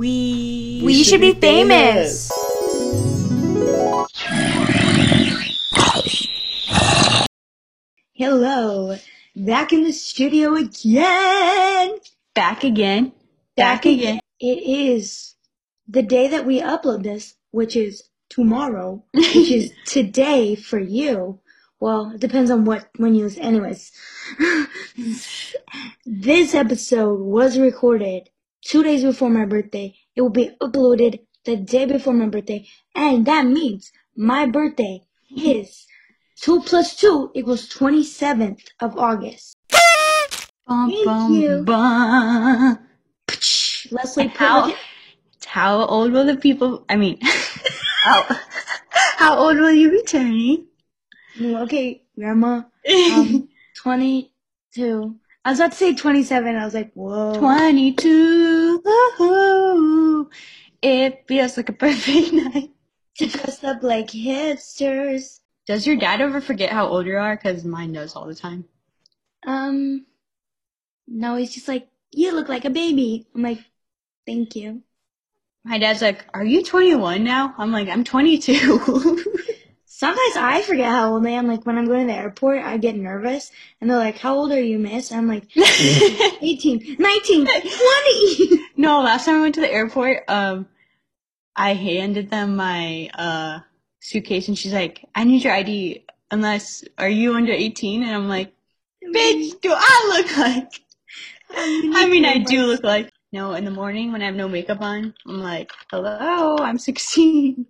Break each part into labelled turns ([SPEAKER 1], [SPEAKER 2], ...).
[SPEAKER 1] We
[SPEAKER 2] We should be famous.
[SPEAKER 1] Hello, back in the studio again.
[SPEAKER 2] Back again.
[SPEAKER 1] Back again. It is the day that we upload this, which is tomorrow, which is today for you. Well, it depends on what when you listen. Anyways, this episode was recorded two days before my birthday. It will be uploaded the day before my birthday, and that means my birthday is two plus two equals twenty seventh of August.
[SPEAKER 2] Bum,
[SPEAKER 1] Thank
[SPEAKER 2] bum,
[SPEAKER 1] you.
[SPEAKER 2] bum.
[SPEAKER 1] Leslie, put
[SPEAKER 2] How, how old will the people, I mean, how, how old will you be turning?
[SPEAKER 1] okay, Grandma. um, 22. I was about to say 27. I was like, whoa.
[SPEAKER 2] 22. Woohoo. It feels like a perfect night.
[SPEAKER 1] To dress up like hipsters.
[SPEAKER 2] Does your dad ever forget how old you are? Because mine does all the time.
[SPEAKER 1] Um, no, he's just like, you look like a baby. I'm like, thank you.
[SPEAKER 2] My dad's like, Are you 21 now? I'm like, I'm 22.
[SPEAKER 1] Sometimes I forget how old I am. Like when I'm going to the airport, I get nervous and they're like, how old are you, miss? I'm like, 18, 19, 20.
[SPEAKER 2] No, last time I went to the airport, um, I handed them my uh suitcase, and she's like, "I need your ID, unless are you under 18?" And I'm like, "Bitch, do I look like? I mean, I do look like." No, in the morning when I have no makeup on, I'm like, "Hello, I'm 16."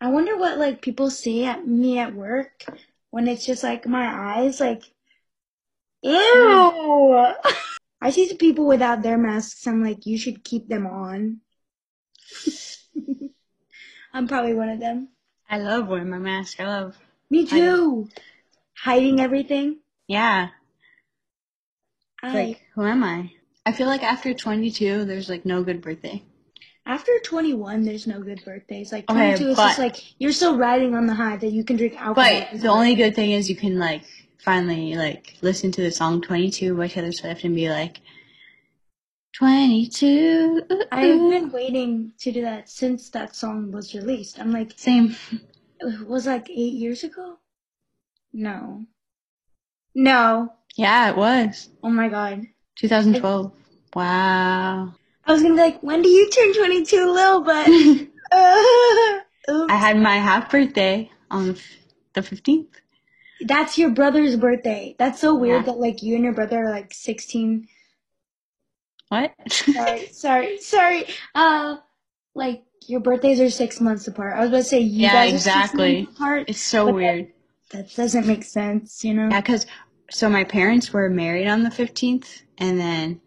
[SPEAKER 1] I wonder what like people see at me at work when it's just like my eyes like ew. I see the people without their masks. I'm like, you should keep them on. I'm probably one of them.
[SPEAKER 2] I love wearing my mask. I love,
[SPEAKER 1] Me
[SPEAKER 2] I know.
[SPEAKER 1] too. Hiding everything.
[SPEAKER 2] yeah.
[SPEAKER 1] I,
[SPEAKER 2] It's like, who am I? I feel like after 22, there's like no good birthday.
[SPEAKER 1] after 21, there's no good birthdays. Like
[SPEAKER 2] Okay,
[SPEAKER 1] 22 is just
[SPEAKER 2] but-
[SPEAKER 1] like you're still riding on the high that you can drink alcohol.
[SPEAKER 2] But the only good thing is you can like finally like listen to the song 22 by Taylor Swift and be like 22. ooh,
[SPEAKER 1] I've
[SPEAKER 2] ooh."
[SPEAKER 1] been waiting to do that since that song was released. I'm like,
[SPEAKER 2] same.
[SPEAKER 1] it was like eight years ago? No. No.
[SPEAKER 2] Yeah, it was
[SPEAKER 1] Oh my god.
[SPEAKER 2] 2012. Wow.
[SPEAKER 1] I was gonna be like, when do you turn 22, Lil? But.
[SPEAKER 2] I
[SPEAKER 1] uh, oops.
[SPEAKER 2] had my half birthday on the f- the 15th.
[SPEAKER 1] That's your brother's birthday. That's so weird
[SPEAKER 2] Yeah.
[SPEAKER 1] that, like, you and your brother are like 16.
[SPEAKER 2] What?
[SPEAKER 1] Sorry, sorry, sorry. Uh, like, your birthdays are six months apart. I was about to say, you
[SPEAKER 2] Yeah,
[SPEAKER 1] guys are
[SPEAKER 2] exactly.
[SPEAKER 1] six months apart.
[SPEAKER 2] it's so
[SPEAKER 1] But that-
[SPEAKER 2] weird.
[SPEAKER 1] That doesn't make sense, you know?
[SPEAKER 2] Yeah, cuz so my parents were married on the 15th and then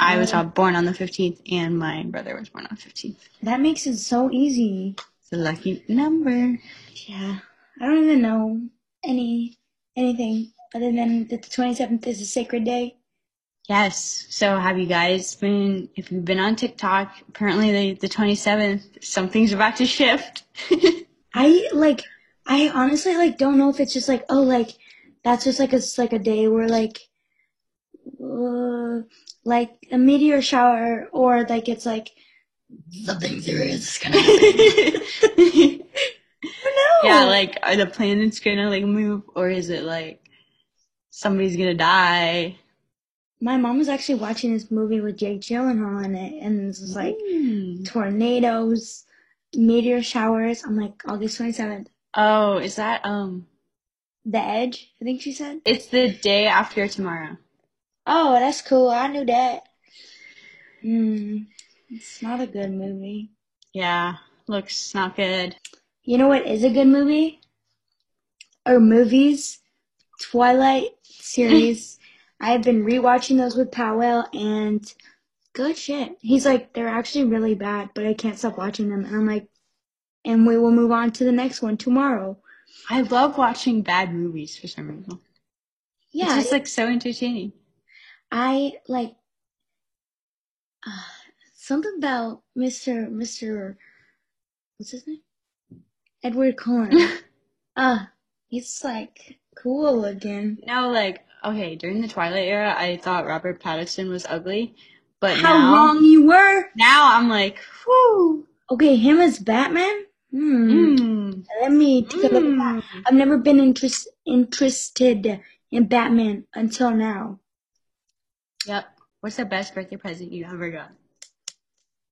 [SPEAKER 2] I was
[SPEAKER 1] Oh.
[SPEAKER 2] uh, born on the 15th and my brother was born on the 15th.
[SPEAKER 1] That makes it so easy.
[SPEAKER 2] The lucky number.
[SPEAKER 1] Yeah, I don't even know any anything other than that the twenty seventh is a sacred day.
[SPEAKER 2] Yes. So have you guys been, if you've been on TikTok, apparently the, the 27th, something's about to shift.
[SPEAKER 1] I like, I honestly like don't know if it's just like oh like that's just like it's like a day where like uh, like a meteor shower or like it's like something serious is gonna happen.
[SPEAKER 2] yeah,
[SPEAKER 1] I don't know.
[SPEAKER 2] like are the planets gonna like move or is it like somebody's gonna die?
[SPEAKER 1] my mom was actually watching this movie with Jake Gyllenhaal in it, and this was like
[SPEAKER 2] Hmm.
[SPEAKER 1] tornadoes, meteor showers. I'm like August twenty seventh,
[SPEAKER 2] Oh, is that, um,
[SPEAKER 1] the edge. I think she said.
[SPEAKER 2] it's the day after tomorrow.
[SPEAKER 1] Oh, that's cool. I knew that. Hmm. It's not a good movie.
[SPEAKER 2] Yeah. Looks not good.
[SPEAKER 1] You know what is a good movie? Or movies? Twilight series. I have been rewatching those with Powell and good shit. He's like, they're actually really bad, but I can't stop watching them. And I'm like, and we will move on to the next one tomorrow.
[SPEAKER 2] I love watching bad movies for some reason.
[SPEAKER 1] Yeah.
[SPEAKER 2] It's just like so entertaining.
[SPEAKER 1] I like uh, something about Mr. Mr. What's his name? Edward Cullen. uh, he's like cool looking.
[SPEAKER 2] No, like okay, during the Twilight era, I thought Robert Pattinson was ugly, but
[SPEAKER 1] How
[SPEAKER 2] now
[SPEAKER 1] wrong you were!
[SPEAKER 2] now I'm like, whoo.
[SPEAKER 1] Okay, him as Batman? Hmm.
[SPEAKER 2] Mm.
[SPEAKER 1] Let me take a look at that.
[SPEAKER 2] Mm.
[SPEAKER 1] I've never been interest, interested in Batman until now.
[SPEAKER 2] Yep. What's the best birthday present you ever got?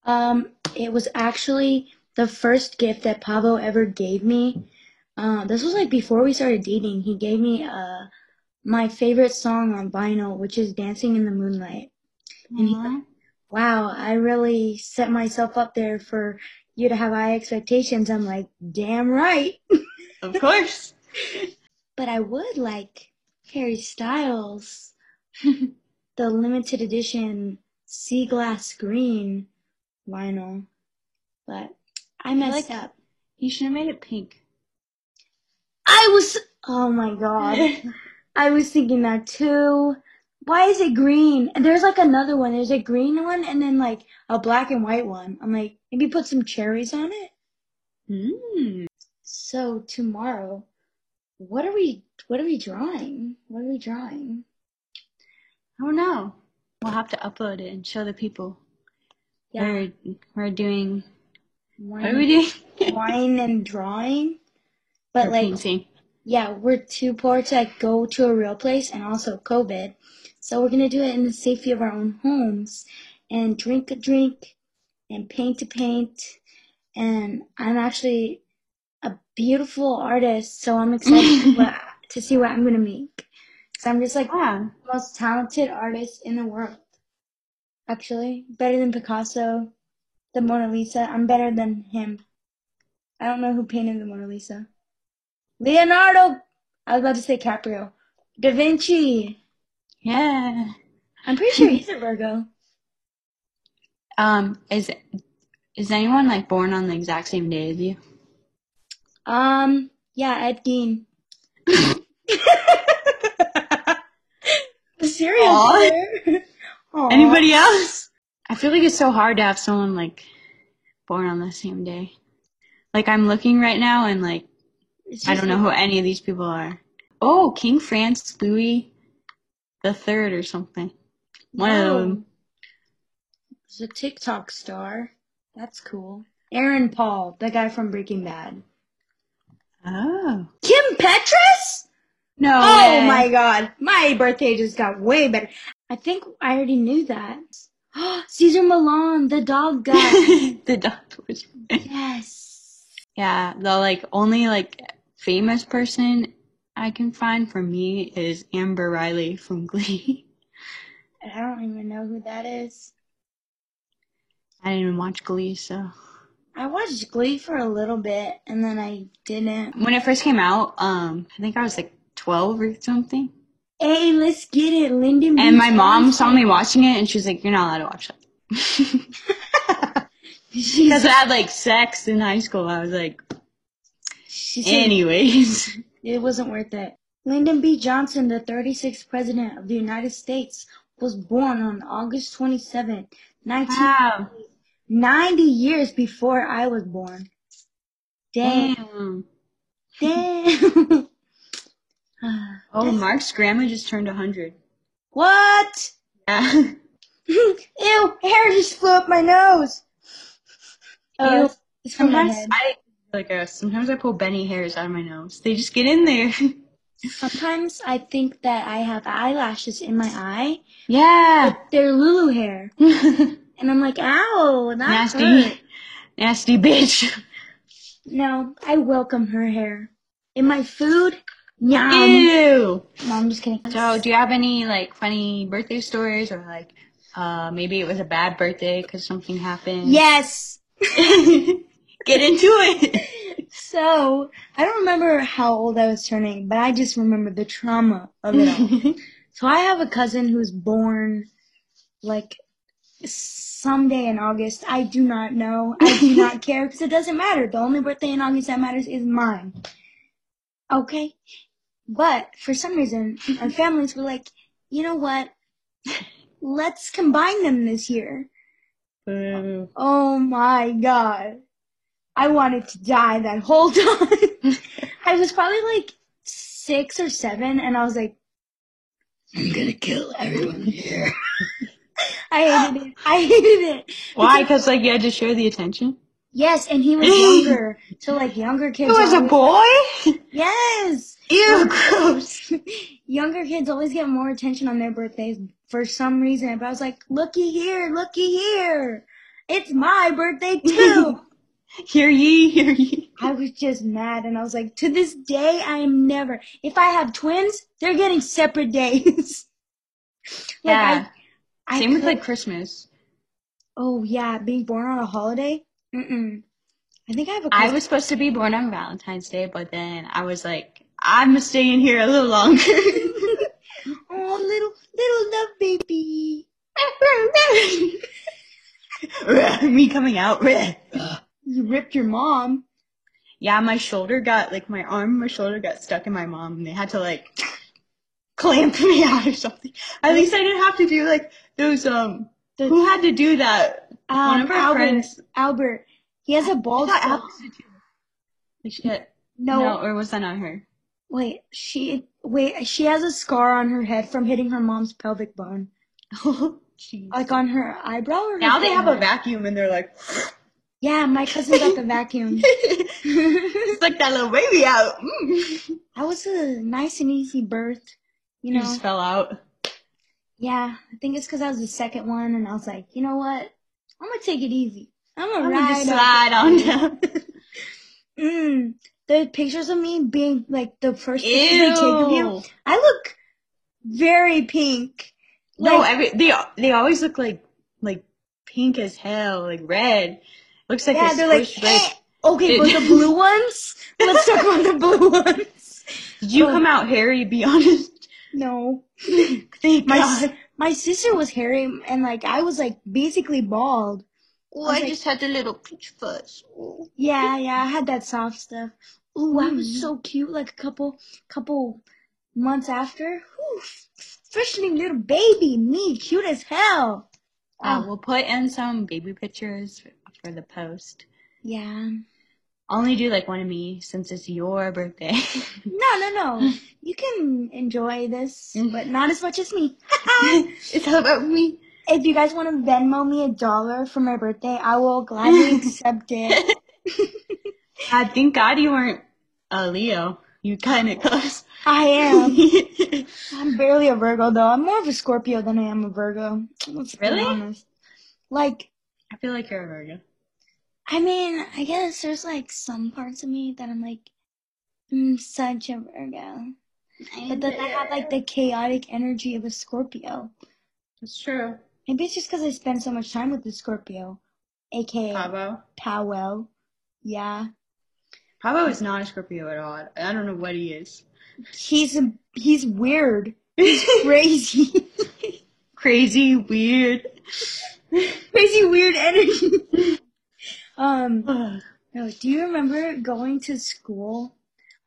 [SPEAKER 1] Um, it was actually the first gift that Pavo ever gave me. Uh, this was like before we started dating. He gave me uh my favorite song on vinyl, which is "Dancing in the Moonlight." And he-
[SPEAKER 2] Aw.
[SPEAKER 1] Wow, I really set myself up there for you to have high expectations. I'm like, damn right.
[SPEAKER 2] Of course.
[SPEAKER 1] But I would like Harry Styles, the limited edition sea glass green vinyl. But I messed
[SPEAKER 2] like-
[SPEAKER 1] up.
[SPEAKER 2] You should have made it pink.
[SPEAKER 1] I was. Oh my god. I was thinking that too. Why is it green? And there's like another one. There's a green one and then like a black and white one. I'm like, maybe put some cherries on it.
[SPEAKER 2] mm.
[SPEAKER 1] So tomorrow, what are we? What are we drawing? What are we drawing?
[SPEAKER 2] I don't know. We'll have to upload it and show the people. We're, we're doing. What are we
[SPEAKER 1] wine,
[SPEAKER 2] doing?
[SPEAKER 1] wine and drawing. Mm. But
[SPEAKER 2] We're
[SPEAKER 1] like,
[SPEAKER 2] painting.
[SPEAKER 1] yeah, we're too poor to like, go to a real place, and also COVID. So we're gonna do it in the safety of our own homes, and drink a drink, and paint a paint. And I'm actually a beautiful artist, so I'm excited to, what, to see what I'm gonna make. So I'm just like
[SPEAKER 2] Yeah.
[SPEAKER 1] the most talented artist in the world. Actually, better than Picasso, the Mona Lisa. I'm better than him. I don't know who painted the Mona Lisa. Leonardo. I was about to say Caprio. Da Vinci.
[SPEAKER 2] Yeah.
[SPEAKER 1] I'm pretty sure he's a Virgo.
[SPEAKER 2] Um, is is anyone like born on the exact same day as you?
[SPEAKER 1] Um. Yeah, Ed Gein. The serial
[SPEAKER 2] Aw.
[SPEAKER 1] killer. Aw.
[SPEAKER 2] Anybody else? I feel like it's so hard to have someone like born on the same day. Like I'm looking right now and like
[SPEAKER 1] It's
[SPEAKER 2] I
[SPEAKER 1] just-
[SPEAKER 2] don't know who any of these people are. Oh, King France Louis the Third or something. One of
[SPEAKER 1] Wow.
[SPEAKER 2] them.
[SPEAKER 1] He's a TikTok star. That's cool. Aaron Paul, the guy from Breaking Bad.
[SPEAKER 2] Oh.
[SPEAKER 1] Kim Petras?
[SPEAKER 2] No.
[SPEAKER 1] Oh
[SPEAKER 2] way.
[SPEAKER 1] my god. My birthday just got way better. I think I already knew that. Caesar Milan, the dog guy.
[SPEAKER 2] the doctor was
[SPEAKER 1] yes.
[SPEAKER 2] Yeah, the like only like famous person I can find for me is Amber Riley from Glee.
[SPEAKER 1] And I don't even know who that is.
[SPEAKER 2] I didn't even watch Glee, so
[SPEAKER 1] I watched Glee for a little bit and then I didn't.
[SPEAKER 2] when it first came out, um, I think I was like twelve or something.
[SPEAKER 1] Hey, let's get it, Lyndon.
[SPEAKER 2] And
[SPEAKER 1] B.
[SPEAKER 2] my mom
[SPEAKER 1] Johnson.
[SPEAKER 2] saw me watching it and she was like, You're not allowed to watch that.
[SPEAKER 1] She's,
[SPEAKER 2] Because I had like sex in high school. I was like,
[SPEAKER 1] she said
[SPEAKER 2] anyways.
[SPEAKER 1] it wasn't worth it. Lyndon B. Johnson, the 36th President of the United States, was born on August 27, 19.
[SPEAKER 2] Wow.
[SPEAKER 1] 90 years before I was born. Damn.
[SPEAKER 2] Damn.
[SPEAKER 1] Damn.
[SPEAKER 2] Oh, Mark's grandma just turned 100.
[SPEAKER 1] what?
[SPEAKER 2] Yeah.
[SPEAKER 1] Ew, hair just flew up my nose.
[SPEAKER 2] Ew.
[SPEAKER 1] Oh, it's from my
[SPEAKER 2] Sometimes
[SPEAKER 1] head.
[SPEAKER 2] I like uh, sometimes I pull Benny hairs out of my nose. They just get in there.
[SPEAKER 1] Sometimes I think that I have eyelashes in my eye,
[SPEAKER 2] Yeah.
[SPEAKER 1] but they're Lulu hair. And I'm like, ow, that
[SPEAKER 2] nasty,
[SPEAKER 1] hurt.
[SPEAKER 2] nasty bitch.
[SPEAKER 1] No, I welcome her hair. In my food,
[SPEAKER 2] Um,
[SPEAKER 1] yum.
[SPEAKER 2] Ew.
[SPEAKER 1] No, I'm just kidding.
[SPEAKER 2] So, do you have any like funny birthday stories or like uh maybe it was a bad birthday because something happened?
[SPEAKER 1] yes.
[SPEAKER 2] get into it.
[SPEAKER 1] So I don't remember how old I was turning, but I just remember the trauma of it all. so I have a cousin who's born like someday in August. I do not know. I do not care because it doesn't matter. The only birthday in August that matters is mine. Okay. But for some reason, our families were like, you know what? Let's combine them this year.
[SPEAKER 2] Boo.
[SPEAKER 1] Oh my god. I wanted to die that whole time. I was probably like six or seven, and I was like, I'm gonna kill everyone here. I hated it. I hated it.
[SPEAKER 2] Why? Because like you had to share the attention.
[SPEAKER 1] Yes, and he was younger. So like younger
[SPEAKER 2] It
[SPEAKER 1] kids.
[SPEAKER 2] was a
[SPEAKER 1] always-
[SPEAKER 2] boy.
[SPEAKER 1] Yes.
[SPEAKER 2] Ew, gross.
[SPEAKER 1] younger kids always get more attention on their birthdays for some reason. But I was like, looky here, looky here. It's my birthday too.
[SPEAKER 2] Hear ye, hear ye.
[SPEAKER 1] I was just mad and I was like, to this day, I am never. If I have twins, they're getting separate days. like,
[SPEAKER 2] yeah.
[SPEAKER 1] I, I
[SPEAKER 2] Same with
[SPEAKER 1] could-
[SPEAKER 2] like Christmas.
[SPEAKER 1] oh yeah, being born on a holiday? Mm-mm. I think I have a
[SPEAKER 2] I
[SPEAKER 1] cousin.
[SPEAKER 2] was supposed to be born on Valentine's Day, but then I was like, I'm staying here a little longer.
[SPEAKER 1] oh, little, little love baby.
[SPEAKER 2] Me coming out.
[SPEAKER 1] You ripped your mom.
[SPEAKER 2] yeah, my shoulder got like my arm, and my shoulder got stuck in my mom, and they had to like clamp me out or something. At least I didn't have to do like those. Um,
[SPEAKER 1] The-
[SPEAKER 2] who had to do that? One
[SPEAKER 1] Um,
[SPEAKER 2] of our
[SPEAKER 1] Albert.
[SPEAKER 2] friends.
[SPEAKER 1] Albert. He has a bald
[SPEAKER 2] I thought
[SPEAKER 1] spot.
[SPEAKER 2] Alex did too. Like, she had-
[SPEAKER 1] No,
[SPEAKER 2] no. or was that not her?
[SPEAKER 1] wait. She wait. She has a scar on her head from hitting her mom's pelvic bone,
[SPEAKER 2] Jeez.
[SPEAKER 1] like on her eyebrow. Or her
[SPEAKER 2] now they have a
[SPEAKER 1] forehead.
[SPEAKER 2] vacuum, and they're like,
[SPEAKER 1] Yeah, my cousin got the vacuum.
[SPEAKER 2] it's like that little baby out. Mm.
[SPEAKER 1] That was a nice and easy birth, you
[SPEAKER 2] You
[SPEAKER 1] know.
[SPEAKER 2] just fell out.
[SPEAKER 1] Yeah, I think it's because I was the second one, and I was like, you know what? I'm gonna take it easy. I'm gonna
[SPEAKER 2] I'm gonna
[SPEAKER 1] ride.
[SPEAKER 2] just
[SPEAKER 1] up."
[SPEAKER 2] slide on down.
[SPEAKER 1] Mm, the pictures of me being like the first picture they take of you,
[SPEAKER 2] Ew.
[SPEAKER 1] I look very pink.
[SPEAKER 2] No,
[SPEAKER 1] Like-
[SPEAKER 2] every they they always look like like pink as hell, like red. Looks like
[SPEAKER 1] yeah,
[SPEAKER 2] a
[SPEAKER 1] they're like,
[SPEAKER 2] squished
[SPEAKER 1] "Eh."
[SPEAKER 2] red.
[SPEAKER 1] okay, but the blue ones. Let's talk about the blue ones.
[SPEAKER 2] Did you come out hairy? Be honest.
[SPEAKER 1] No,
[SPEAKER 2] Thank
[SPEAKER 1] my
[SPEAKER 2] God.
[SPEAKER 1] si- my sister was hairy, and like I was like basically bald.
[SPEAKER 2] Oh,
[SPEAKER 1] I was
[SPEAKER 2] I
[SPEAKER 1] like-
[SPEAKER 2] just had the little peach fuzz. Oh.
[SPEAKER 1] Yeah, yeah, I had that soft stuff. Ooh, I was
[SPEAKER 2] Mm.
[SPEAKER 1] so cute. Like a couple, couple months after, Whew, freshening little baby, me, cute as hell.
[SPEAKER 2] Uh,
[SPEAKER 1] Oh,
[SPEAKER 2] we'll put in some baby pictures for, for the post.
[SPEAKER 1] yeah.
[SPEAKER 2] I'll only do like one of me since it's your birthday.
[SPEAKER 1] No, no, no. You can enjoy this, but not as much as me.
[SPEAKER 2] it's all about me.
[SPEAKER 1] if you guys want to Venmo me a dollar for my birthday, I will gladly accept it.
[SPEAKER 2] I thank God you weren't a Leo. You kind of close.
[SPEAKER 1] I am. I'm barely a Virgo though. I'm more of a Scorpio than I am a Virgo. Let's be
[SPEAKER 2] Really?
[SPEAKER 1] honest. Like
[SPEAKER 2] I feel like you're a Virgo.
[SPEAKER 1] I mean, I guess there's like some parts of me that I'm like, I'm such a Virgo. But then I have like the chaotic energy of a Scorpio.
[SPEAKER 2] That's true.
[SPEAKER 1] Maybe it's just because I spend so much time with the Scorpio, aka
[SPEAKER 2] Pavo.
[SPEAKER 1] Powell. Yeah.
[SPEAKER 2] Pavo is not a Scorpio at all. I don't know what he is.
[SPEAKER 1] He's a, he's weird. Crazy.
[SPEAKER 2] Crazy, weird.
[SPEAKER 1] Crazy weird energy. um,
[SPEAKER 2] Ugh.
[SPEAKER 1] no, do you remember going to school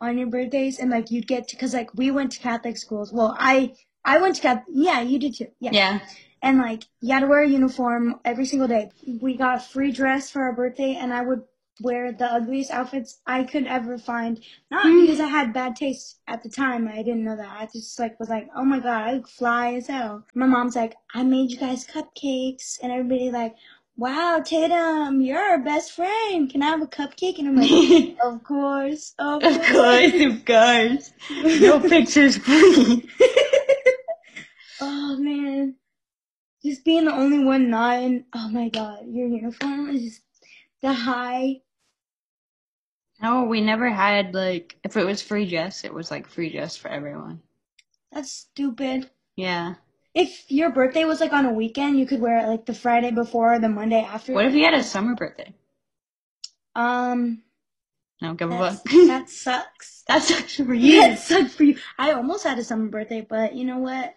[SPEAKER 1] on your birthdays and like you'd get to, cause like we went to Catholic schools. Well, I, I went to Catholic. Yeah, you did too. Yeah.
[SPEAKER 2] yeah.
[SPEAKER 1] and like you had to wear a uniform every single day. We got a free dress for our birthday, and I would wear the ugliest outfits I could ever find. Not
[SPEAKER 2] Hmm.
[SPEAKER 1] because I had bad taste at the time; I didn't know that. I just like was like, "Oh my god, I look fly as hell." My mom's like, "I made you guys cupcakes," and everybody like, "Wow, Tatum, you're our best friend. Can I have a cupcake?" And I'm like, "Of course, of
[SPEAKER 2] of course, of course. No pictures, please.
[SPEAKER 1] Oh man. Just being the only one not in oh my god, your uniform is just the high
[SPEAKER 2] No, we never had like if it was free dress, it was like free dress for everyone.
[SPEAKER 1] that's stupid.
[SPEAKER 2] Yeah.
[SPEAKER 1] If your birthday was like on a weekend, you could wear it like the Friday before or the Monday after.
[SPEAKER 2] What if you had a summer birthday?
[SPEAKER 1] um
[SPEAKER 2] No, give a
[SPEAKER 1] that's,
[SPEAKER 2] fuck.
[SPEAKER 1] that sucks.
[SPEAKER 2] That's actually for you.
[SPEAKER 1] That sucks for you. I almost had a summer birthday, but you know what?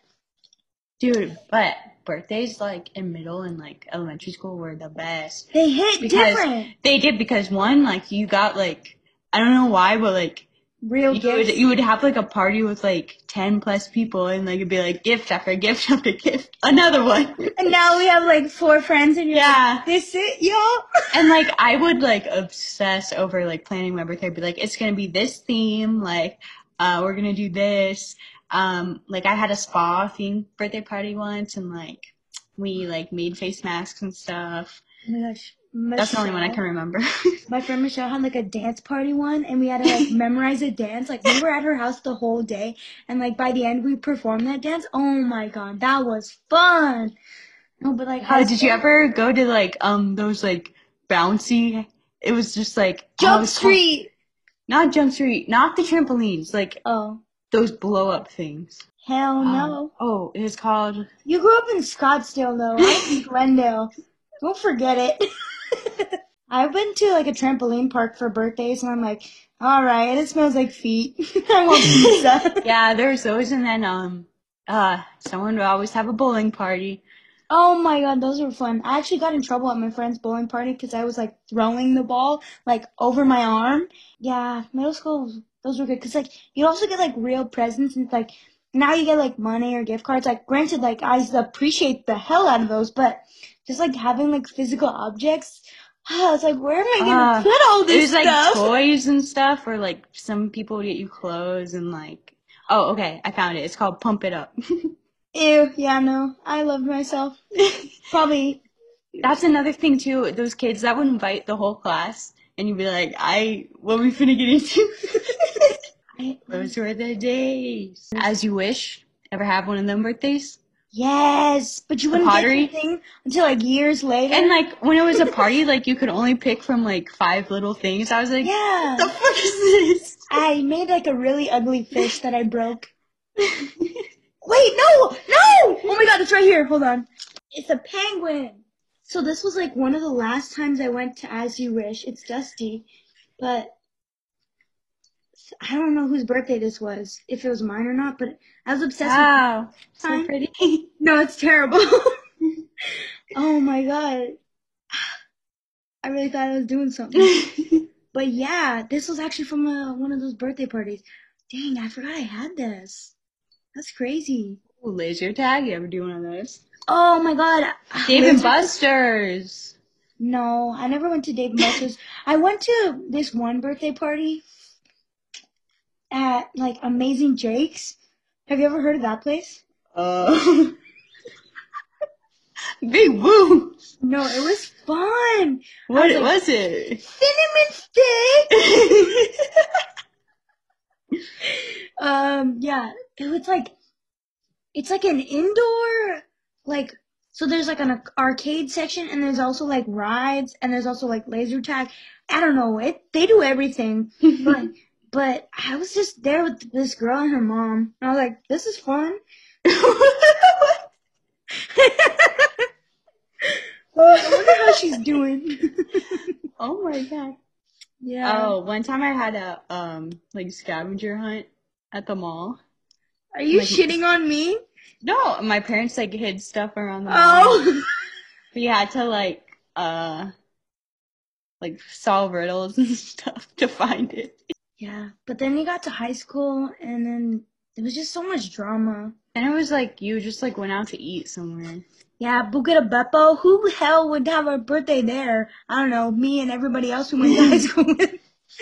[SPEAKER 2] Dude, but birthdays like in middle and like elementary school were the best.
[SPEAKER 1] They hit
[SPEAKER 2] Because-
[SPEAKER 1] different.
[SPEAKER 2] They did because one, like you got like I don't know why, but like
[SPEAKER 1] Real
[SPEAKER 2] you would
[SPEAKER 1] gifts.
[SPEAKER 2] you would have like a party with like ten plus people and like it'd be like gift after gift after gift. Another one.
[SPEAKER 1] and now we have like four friends and you're like,
[SPEAKER 2] Yeah.
[SPEAKER 1] this Oh it, y'all?
[SPEAKER 2] And like I would like obsess over like planning my birthday, be like, it's gonna be this theme, like uh we're gonna do this. Um like I had a spa theme birthday party once and like we like made face masks and stuff.
[SPEAKER 1] Oh my gosh.
[SPEAKER 2] That's the only one I
[SPEAKER 1] Michelle-
[SPEAKER 2] can remember.
[SPEAKER 1] My friend Michelle had like a dance party one, and we had to like memorize a dance. Like we were at her house the whole day, and like by the end we performed that dance. Oh my god, that was fun! No, but like,
[SPEAKER 2] Uh, did you ever go to like um those like bouncy? It was just like oh, it
[SPEAKER 1] Jump
[SPEAKER 2] was called-
[SPEAKER 1] Street?
[SPEAKER 2] not jump street, not the trampolines, like
[SPEAKER 1] Oh
[SPEAKER 2] those blow up things.
[SPEAKER 1] hell
[SPEAKER 2] Um,
[SPEAKER 1] no!
[SPEAKER 2] oh, it is called.
[SPEAKER 1] You grew up in Scottsdale though. I was in Glendale. Don't forget it. I went to like a trampoline park for birthdays, and I'm like, all right, and it smells like feet. I want pizza.
[SPEAKER 2] Yeah, there's those, and then um uh someone would always have a bowling party.
[SPEAKER 1] Oh my god, those were fun. I actually got in trouble at my friend's bowling party because I was like throwing the ball like over my arm. Yeah, middle school, those were good because like you also get like real presents and like now you get like money or gift cards. Like granted, like I appreciate the hell out of those, but just like having like physical objects, I was like, where am I gonna
[SPEAKER 2] Ah,
[SPEAKER 1] put all
[SPEAKER 2] It
[SPEAKER 1] this
[SPEAKER 2] was like
[SPEAKER 1] stuff?
[SPEAKER 2] toys and stuff, or like some people would get you clothes and like. Oh, okay, I found it. It's called Pump It Up.
[SPEAKER 1] Ew, yeah, no, I loved myself. Probably
[SPEAKER 2] That's another thing too. Those kids that would invite the whole class, and you'd be like, "I, what are we finna get into?"
[SPEAKER 1] I-
[SPEAKER 2] Those were the days. As you wish. Ever have one of them birthdays?
[SPEAKER 1] yes, but you wouldn't get
[SPEAKER 2] pottery?
[SPEAKER 1] anything until like years later.
[SPEAKER 2] And like when it was a party, like you could only pick from like five little things. I was like,
[SPEAKER 1] yeah.
[SPEAKER 2] "The fuck is
[SPEAKER 1] I made like a really ugly fish that I broke.
[SPEAKER 2] this?"
[SPEAKER 1] Wait, no, no! Oh my god, it's right here. Hold on. It's a penguin. So this was like one of the last times I went to As You Wish. It's dusty, but I don't know whose birthday this was, if it was mine or not. But I was obsessed.
[SPEAKER 2] wow, so
[SPEAKER 1] Fine.
[SPEAKER 2] pretty.
[SPEAKER 1] with No, it's terrible. oh my god. I really thought I was doing something. But yeah, this was actually from uh one of those birthday parties. Dang, I forgot I had this. That's crazy.
[SPEAKER 2] Ooh, laser tag. You ever do one of those?
[SPEAKER 1] Oh my god.
[SPEAKER 2] Dave and Buster's.
[SPEAKER 1] No, I never went to Dave and Buster's. I went to this one birthday party at like Amazing Jake's. Have you ever heard of that place?
[SPEAKER 2] Uh,
[SPEAKER 1] Oh.
[SPEAKER 2] big woo.
[SPEAKER 1] No, it was fun.
[SPEAKER 2] What
[SPEAKER 1] I
[SPEAKER 2] was it?
[SPEAKER 1] Cinnamon stick. Um, yeah, it was like it's like an indoor like so there's like an ar- arcade section and there's also like rides and there's also like laser tag. I don't know it. They do everything. But but I was just there with this girl and her mom and I was like, this is fun. Oh, I wonder how she's doing.
[SPEAKER 2] oh my god.
[SPEAKER 1] yeah.
[SPEAKER 2] Oh, one time I had a um like scavenger hunt at the mall.
[SPEAKER 1] Are you
[SPEAKER 2] like-
[SPEAKER 1] shitting on me?
[SPEAKER 2] No, my parents like hid stuff around the mall.
[SPEAKER 1] Oh.
[SPEAKER 2] We had to like uh like solve riddles and stuff to find it.
[SPEAKER 1] Yeah. But then you got to high school and then there was just so much drama.
[SPEAKER 2] And it was like you just like went out to eat somewhere.
[SPEAKER 1] Yeah, Bukit Beppo. Who the hell would have a birthday there? I don't know. Me and everybody else who went to high school with.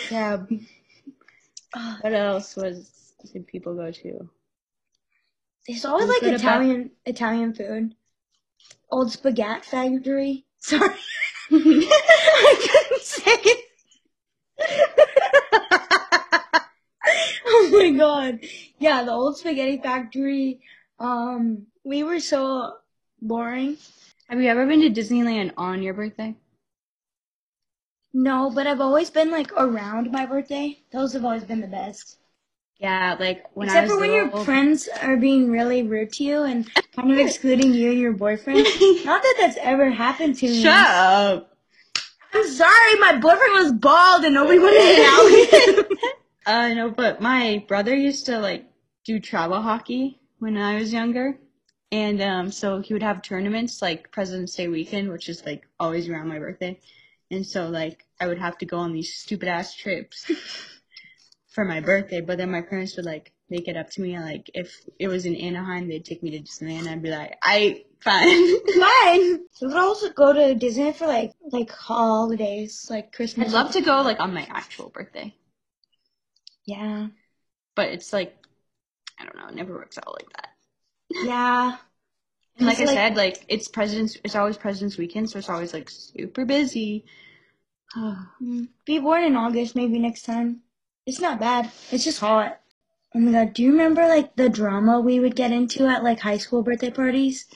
[SPEAKER 2] Yeah.
[SPEAKER 1] Ugh,
[SPEAKER 2] What else was did people go to?
[SPEAKER 1] there's always
[SPEAKER 2] Bukit
[SPEAKER 1] like
[SPEAKER 2] Beppo.
[SPEAKER 1] Italian Italian food. Old spaghetti factory. Sorry, I couldn't say it. oh my god. Yeah, the old spaghetti factory. Um, we were so boring.
[SPEAKER 2] Have you ever been to Disneyland on your birthday?
[SPEAKER 1] No, but I've always been like around my birthday. Those have always been the best.
[SPEAKER 2] Yeah, like when I
[SPEAKER 1] Except
[SPEAKER 2] was
[SPEAKER 1] for when your
[SPEAKER 2] little-
[SPEAKER 1] friends are being really rude to you and kind of excluding you and your boyfriend. Not that that's ever happened to me.
[SPEAKER 2] Shut up.
[SPEAKER 1] I'm sorry, my boyfriend was bald and nobody wanted to hang out with him.
[SPEAKER 2] Uh, no, but my brother used to like do travel hockey when I was younger. And um, so he would have tournaments like President's Day weekend, which is like always around my birthday. And so like I would have to go on these stupid ass trips for my birthday. But then my parents would like make it up to me. Like if it was in Anaheim, they'd take me to Disneyland. I'd be like, I fine.
[SPEAKER 1] Fine. So we could also go to Disney for like like holidays, like Christmas.
[SPEAKER 2] I'd love to go like on my actual birthday,
[SPEAKER 1] Yeah.
[SPEAKER 2] but it's like I don't know, it never works out like that.
[SPEAKER 1] Yeah.
[SPEAKER 2] And like,
[SPEAKER 1] It's
[SPEAKER 2] I
[SPEAKER 1] like-
[SPEAKER 2] said, like it's presidents. It's always President's Weekend, so it's always like super busy.
[SPEAKER 1] Be born in August, maybe next time. It's not bad. It's just hot. Oh my god, do you remember like the drama we would get into at like high school birthday parties?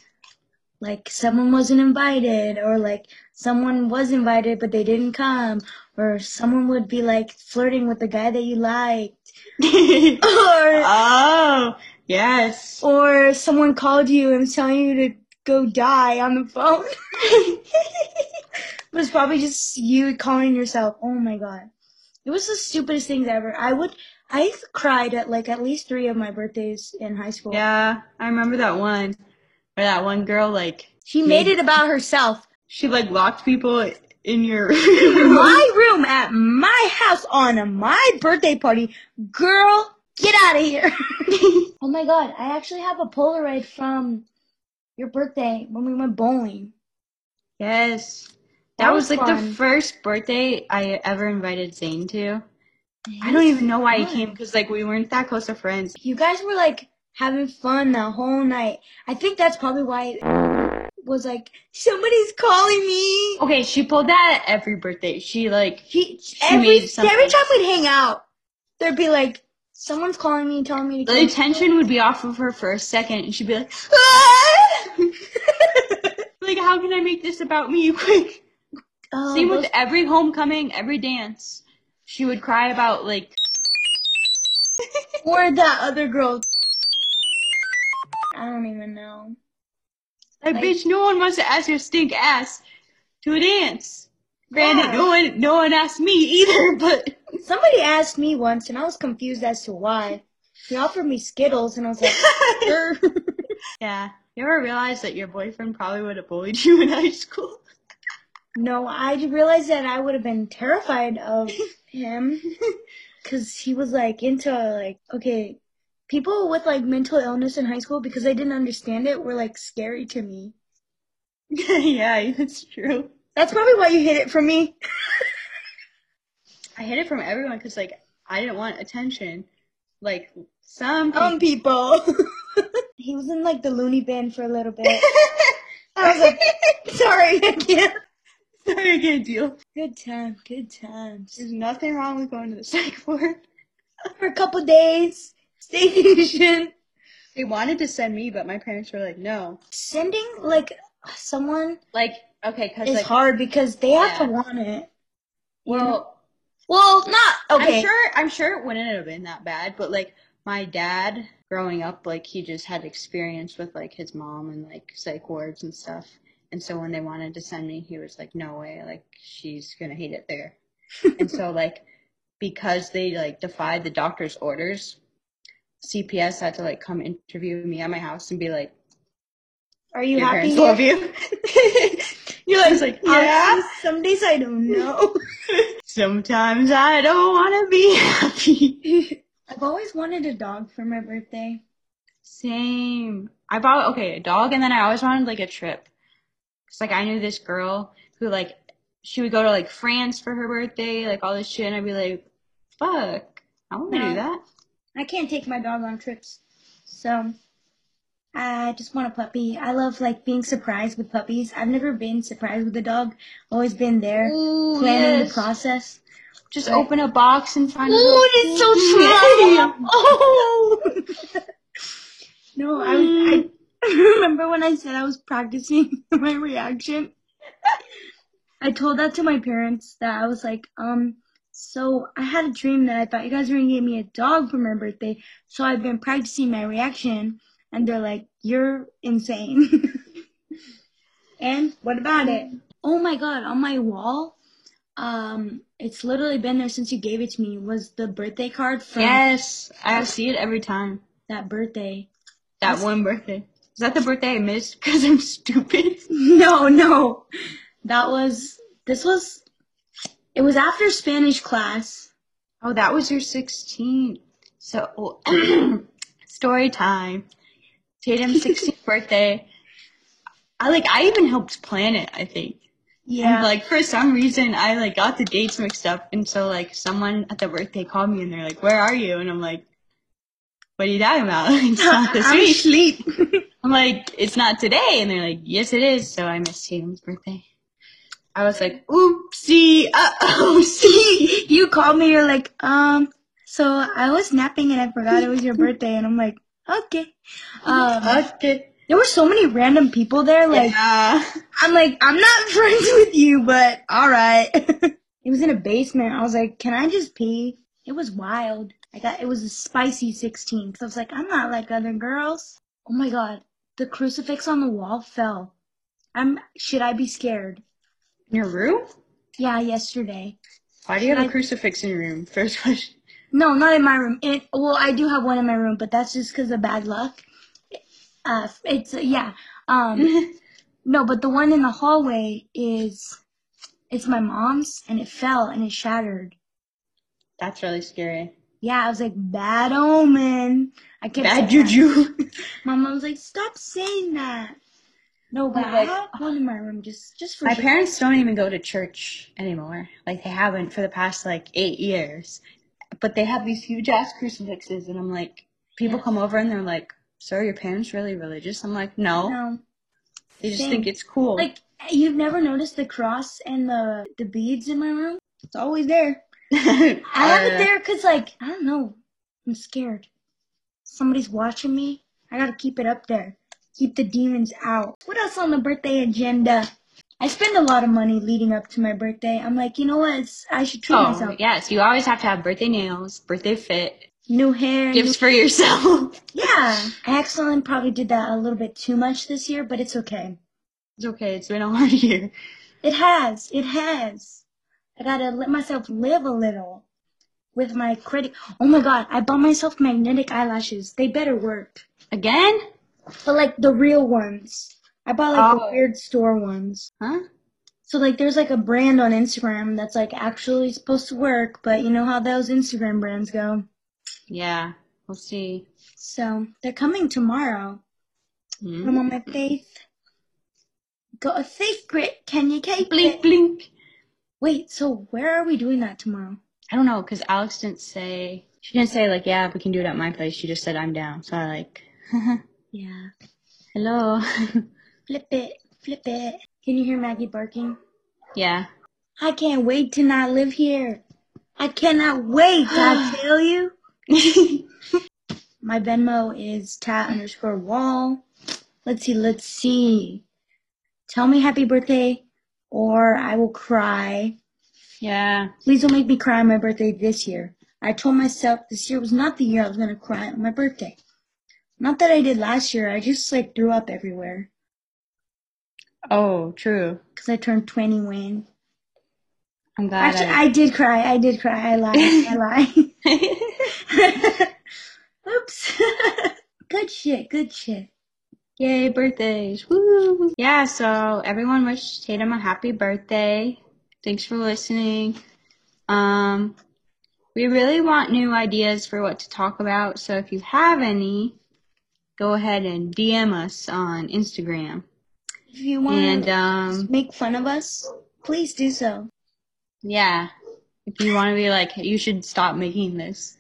[SPEAKER 1] Like someone wasn't invited, or like someone was invited but they didn't come, or someone would be like flirting with the guy that you liked, or
[SPEAKER 2] oh yes.
[SPEAKER 1] or someone called you and was telling you to go die on the phone. it was probably just you calling yourself. Oh my god. It was the stupidest things ever. I would I cried at like at least three of my birthdays in high school.
[SPEAKER 2] Yeah, I remember that one where that one girl like
[SPEAKER 1] She made it about herself.
[SPEAKER 2] she like locked people in your
[SPEAKER 1] my room at my house on a- my birthday party. Girl, get out of here. oh my god, I actually have a Polaroid from your birthday when we went bowling.
[SPEAKER 2] yes. That,
[SPEAKER 1] That
[SPEAKER 2] was,
[SPEAKER 1] was
[SPEAKER 2] like
[SPEAKER 1] fun.
[SPEAKER 2] the first birthday I ever invited Zane to. I don't even know why he
[SPEAKER 1] fun.
[SPEAKER 2] came because like we weren't that close of friends.
[SPEAKER 1] You guys were like having fun the whole night. I think that's probably why it was like somebody's calling me.
[SPEAKER 2] Okay, she pulled that at every birthday. She like
[SPEAKER 1] He, every
[SPEAKER 2] made something.
[SPEAKER 1] every time we'd hang out, there'd be like someone's calling me, telling me to
[SPEAKER 2] the
[SPEAKER 1] come.
[SPEAKER 2] attention would be off of her for a second, and she'd be like, like how can I make this about me? Quick.
[SPEAKER 1] Oh,
[SPEAKER 2] Same with
[SPEAKER 1] those-
[SPEAKER 2] every homecoming, every dance. She would cry about like
[SPEAKER 1] or that other girl. I don't even know.
[SPEAKER 2] I
[SPEAKER 1] Like-
[SPEAKER 2] bitch, no one wants to ask your stink ass to a dance. Granted, no one, no one asked me either, but
[SPEAKER 1] Somebody asked me once, and I was confused as to why. They offered me Skittles, and I was like, sure.
[SPEAKER 2] yeah. You ever realize that your boyfriend probably would have bullied you in high school?
[SPEAKER 1] No, I realized that I would have been terrified of him because he was like into like okay, people with like mental illness in high school because I didn't understand it were like scary to me.
[SPEAKER 2] yeah, that's true.
[SPEAKER 1] That's probably why you hid it from me.
[SPEAKER 2] I hid it from everyone because like I didn't want attention. Like some
[SPEAKER 1] Um,
[SPEAKER 2] people.
[SPEAKER 1] people. he was in like the loony bin for a little bit. I was like, sorry, I can't.
[SPEAKER 2] Sorry, I can't deal.
[SPEAKER 1] Good time, good times.
[SPEAKER 2] There's nothing wrong with going to the psych ward.
[SPEAKER 1] For a couple days, staycation.
[SPEAKER 2] They wanted to send me, but my parents were like, no.
[SPEAKER 1] Sending like someone
[SPEAKER 2] Like, okay, because
[SPEAKER 1] is
[SPEAKER 2] like,
[SPEAKER 1] hard because they have to
[SPEAKER 2] Yeah.
[SPEAKER 1] want it.
[SPEAKER 2] well,
[SPEAKER 1] Well, not okay.
[SPEAKER 2] I'm sure I'm sure it wouldn't have been that bad, but like my dad growing up, like he just had experience with like his mom and like psych wards and stuff. And so when they wanted to send me, he was like, No way, like she's gonna hate it there. and so like because they like defied the doctor's orders, CPS had to like come interview me at my house and be like,
[SPEAKER 1] Are you
[SPEAKER 2] Your
[SPEAKER 1] happy?
[SPEAKER 2] parents
[SPEAKER 1] Here?
[SPEAKER 2] love you. You're like, like yeah.
[SPEAKER 1] Honestly, some days I don't know.
[SPEAKER 2] Sometimes I don't wanna be happy.
[SPEAKER 1] I've always wanted a dog for my birthday.
[SPEAKER 2] Same. I bought okay a dog, and then I always wanted like a trip. Cause like I knew this girl who like she would go to like France for her birthday, like all this shit, and I'd be like, "Fuck, I want to
[SPEAKER 1] No.
[SPEAKER 2] do that."
[SPEAKER 1] I can't take my dog on trips, so I just want a puppy. I love like being surprised with puppies. I've never been surprised with a dog. Always been there,
[SPEAKER 2] Ooh,
[SPEAKER 1] planning the process.
[SPEAKER 2] Just open a box and find. a
[SPEAKER 1] Oh,
[SPEAKER 2] little-
[SPEAKER 1] it's so
[SPEAKER 2] Yeah.
[SPEAKER 1] true. Oh. no, I,
[SPEAKER 2] Mm.
[SPEAKER 1] was, I remember when I said I was practicing my reaction. I told that to my parents that I was like, um, so I had a dream that I thought you guys were gonna give me a dog for my birthday. So I've been practicing my reaction, and they're like, you're insane. and what about it? Oh my god, on my wall. Um, it's literally been there since you gave it to me. Was the birthday card from
[SPEAKER 2] Yes, I see it every time.
[SPEAKER 1] that birthday.
[SPEAKER 2] That one birthday. Is that the birthday I missed? Cause I'm stupid.
[SPEAKER 1] No, no. That was this was it was after Spanish class.
[SPEAKER 2] Oh, that was your 16th. So, story time. Tatum's 16th birthday. I like. I even helped plan it. I think. And,
[SPEAKER 1] Like,
[SPEAKER 2] like for some reason, I like got the dates mixed up, and so like someone at the birthday called me, and they're like, "Where are you?" And I'm like, what are you talking about? It's not this
[SPEAKER 1] I'm
[SPEAKER 2] week.
[SPEAKER 1] asleep.
[SPEAKER 2] I'm like, it's not today. And they're like, yes, it is. So I missed Tatum's birthday. I was like, oopsie, uh-oh, see.
[SPEAKER 1] you called me. You're like, um. So I was napping and I forgot it was your birthday, and I'm like, okay. Um,
[SPEAKER 2] okay.
[SPEAKER 1] there were so many random people there. Like,
[SPEAKER 2] yeah.
[SPEAKER 1] I'm like, I'm not friends with you, but all right. it was in a basement. I was like, can I just pee? It was wild. I got it was a spicy 16 because I was like, I'm not like other girls. Oh my god, the crucifix on the wall fell. I'm should I be scared?
[SPEAKER 2] In your room?
[SPEAKER 1] Yeah, yesterday.
[SPEAKER 2] Why do you have
[SPEAKER 1] I-
[SPEAKER 2] a crucifix in your room? First question.
[SPEAKER 1] No, not in my room. It, well, I do have one in my room, but that's just because of bad luck. Uh, it's yeah. Um, No, but the one in the hallway is it's my mom's and it fell and it shattered.
[SPEAKER 2] That's really scary.
[SPEAKER 1] Yeah, I was like, bad omen. I kept
[SPEAKER 2] Bad
[SPEAKER 1] saying that.
[SPEAKER 2] juju.
[SPEAKER 1] My mom was like, stop saying that. No, but I
[SPEAKER 2] like-
[SPEAKER 1] have one in my room just just for
[SPEAKER 2] My
[SPEAKER 1] sure.
[SPEAKER 2] parents don't even go to church anymore. Like they haven't for the past like eight years. But they have these huge ass crucifixes, and I'm like, people
[SPEAKER 1] Yes.
[SPEAKER 2] come over and they're like, "So are your parents really religious?" I'm like, "No,
[SPEAKER 1] No.
[SPEAKER 2] they just
[SPEAKER 1] same.
[SPEAKER 2] think it's cool."
[SPEAKER 1] Like you've never noticed the cross and the the beads in my room? It's always there. I have
[SPEAKER 2] Uh,
[SPEAKER 1] it there because, like, I don't know. I'm scared. Somebody's watching me. I gotta keep it up there. Keep the demons out. What else on the birthday agenda? I spend a lot of money leading up to my birthday. I'm like, you know what? It's, I should treat
[SPEAKER 2] Oh
[SPEAKER 1] myself.
[SPEAKER 2] yes, you always have to have birthday nails, birthday fit,
[SPEAKER 1] New hair. new-
[SPEAKER 2] gifts for yourself.
[SPEAKER 1] yeah. I accidentally probably did that a little bit too much this year, but it's okay.
[SPEAKER 2] It's okay. It's been a hard year.
[SPEAKER 1] It has. It has. I gotta let myself live a little with my credit. Oh my god, I bought myself magnetic eyelashes. They better work.
[SPEAKER 2] Again?
[SPEAKER 1] But like the real ones. I bought like the
[SPEAKER 2] Oh.
[SPEAKER 1] weird store ones.
[SPEAKER 2] Huh?
[SPEAKER 1] So like there's like a brand on Instagram that's like actually supposed to work, but you know how those Instagram brands go.
[SPEAKER 2] Yeah. We'll see.
[SPEAKER 1] So they're coming tomorrow.
[SPEAKER 2] Hmm?
[SPEAKER 1] I'm on my faith. Got a secret, can you keep
[SPEAKER 2] Blink,
[SPEAKER 1] it?
[SPEAKER 2] blink.
[SPEAKER 1] Wait, so where are we doing that tomorrow?
[SPEAKER 2] I don't know, cause Alex didn't say. She didn't say like, yeah, we can do it at my place. She just said I'm down. So I like,
[SPEAKER 1] Yeah.
[SPEAKER 2] hello.
[SPEAKER 1] Flip it, flip it. Can you hear Maggie barking?
[SPEAKER 2] yeah.
[SPEAKER 1] I can't wait to not live here. I cannot wait, I tell you. My Venmo is tat underscore wall. Let's see, let's see. Tell me happy birthday or I will cry.
[SPEAKER 2] yeah.
[SPEAKER 1] Please don't make me cry on my birthday this year. I told myself this year was not the year I was gonna cry on my birthday. Not that I did last year, I just like threw up everywhere.
[SPEAKER 2] Oh, true.
[SPEAKER 1] Cause I turned 20 when.
[SPEAKER 2] I'm glad.
[SPEAKER 1] Actually, I did cry, I did cry, I lied, I lied.
[SPEAKER 2] I-
[SPEAKER 1] Oops. good shit, good shit.
[SPEAKER 2] Yay, birthdays. Woo! Yeah, so everyone wish Tatum a happy birthday. Thanks for listening. Um, we really want new ideas for what to talk about, so if you have any, go ahead and DM us on Instagram.
[SPEAKER 1] If you want
[SPEAKER 2] And,
[SPEAKER 1] to
[SPEAKER 2] um,
[SPEAKER 1] make fun of us, please do so.
[SPEAKER 2] yeah, if you want to be like, you should stop making this.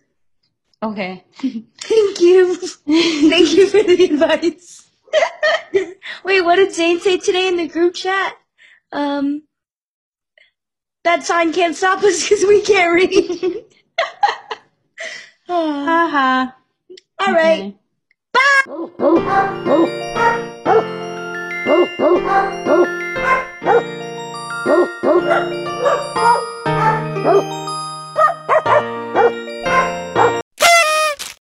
[SPEAKER 2] Okay.
[SPEAKER 1] Thank you. Thank you for the advice. Wait, what did Zane say today in the group chat? Um, that sign can't stop us because we can't read. Oh,
[SPEAKER 2] Haha.
[SPEAKER 1] all right.
[SPEAKER 2] Okay.
[SPEAKER 3] Oh,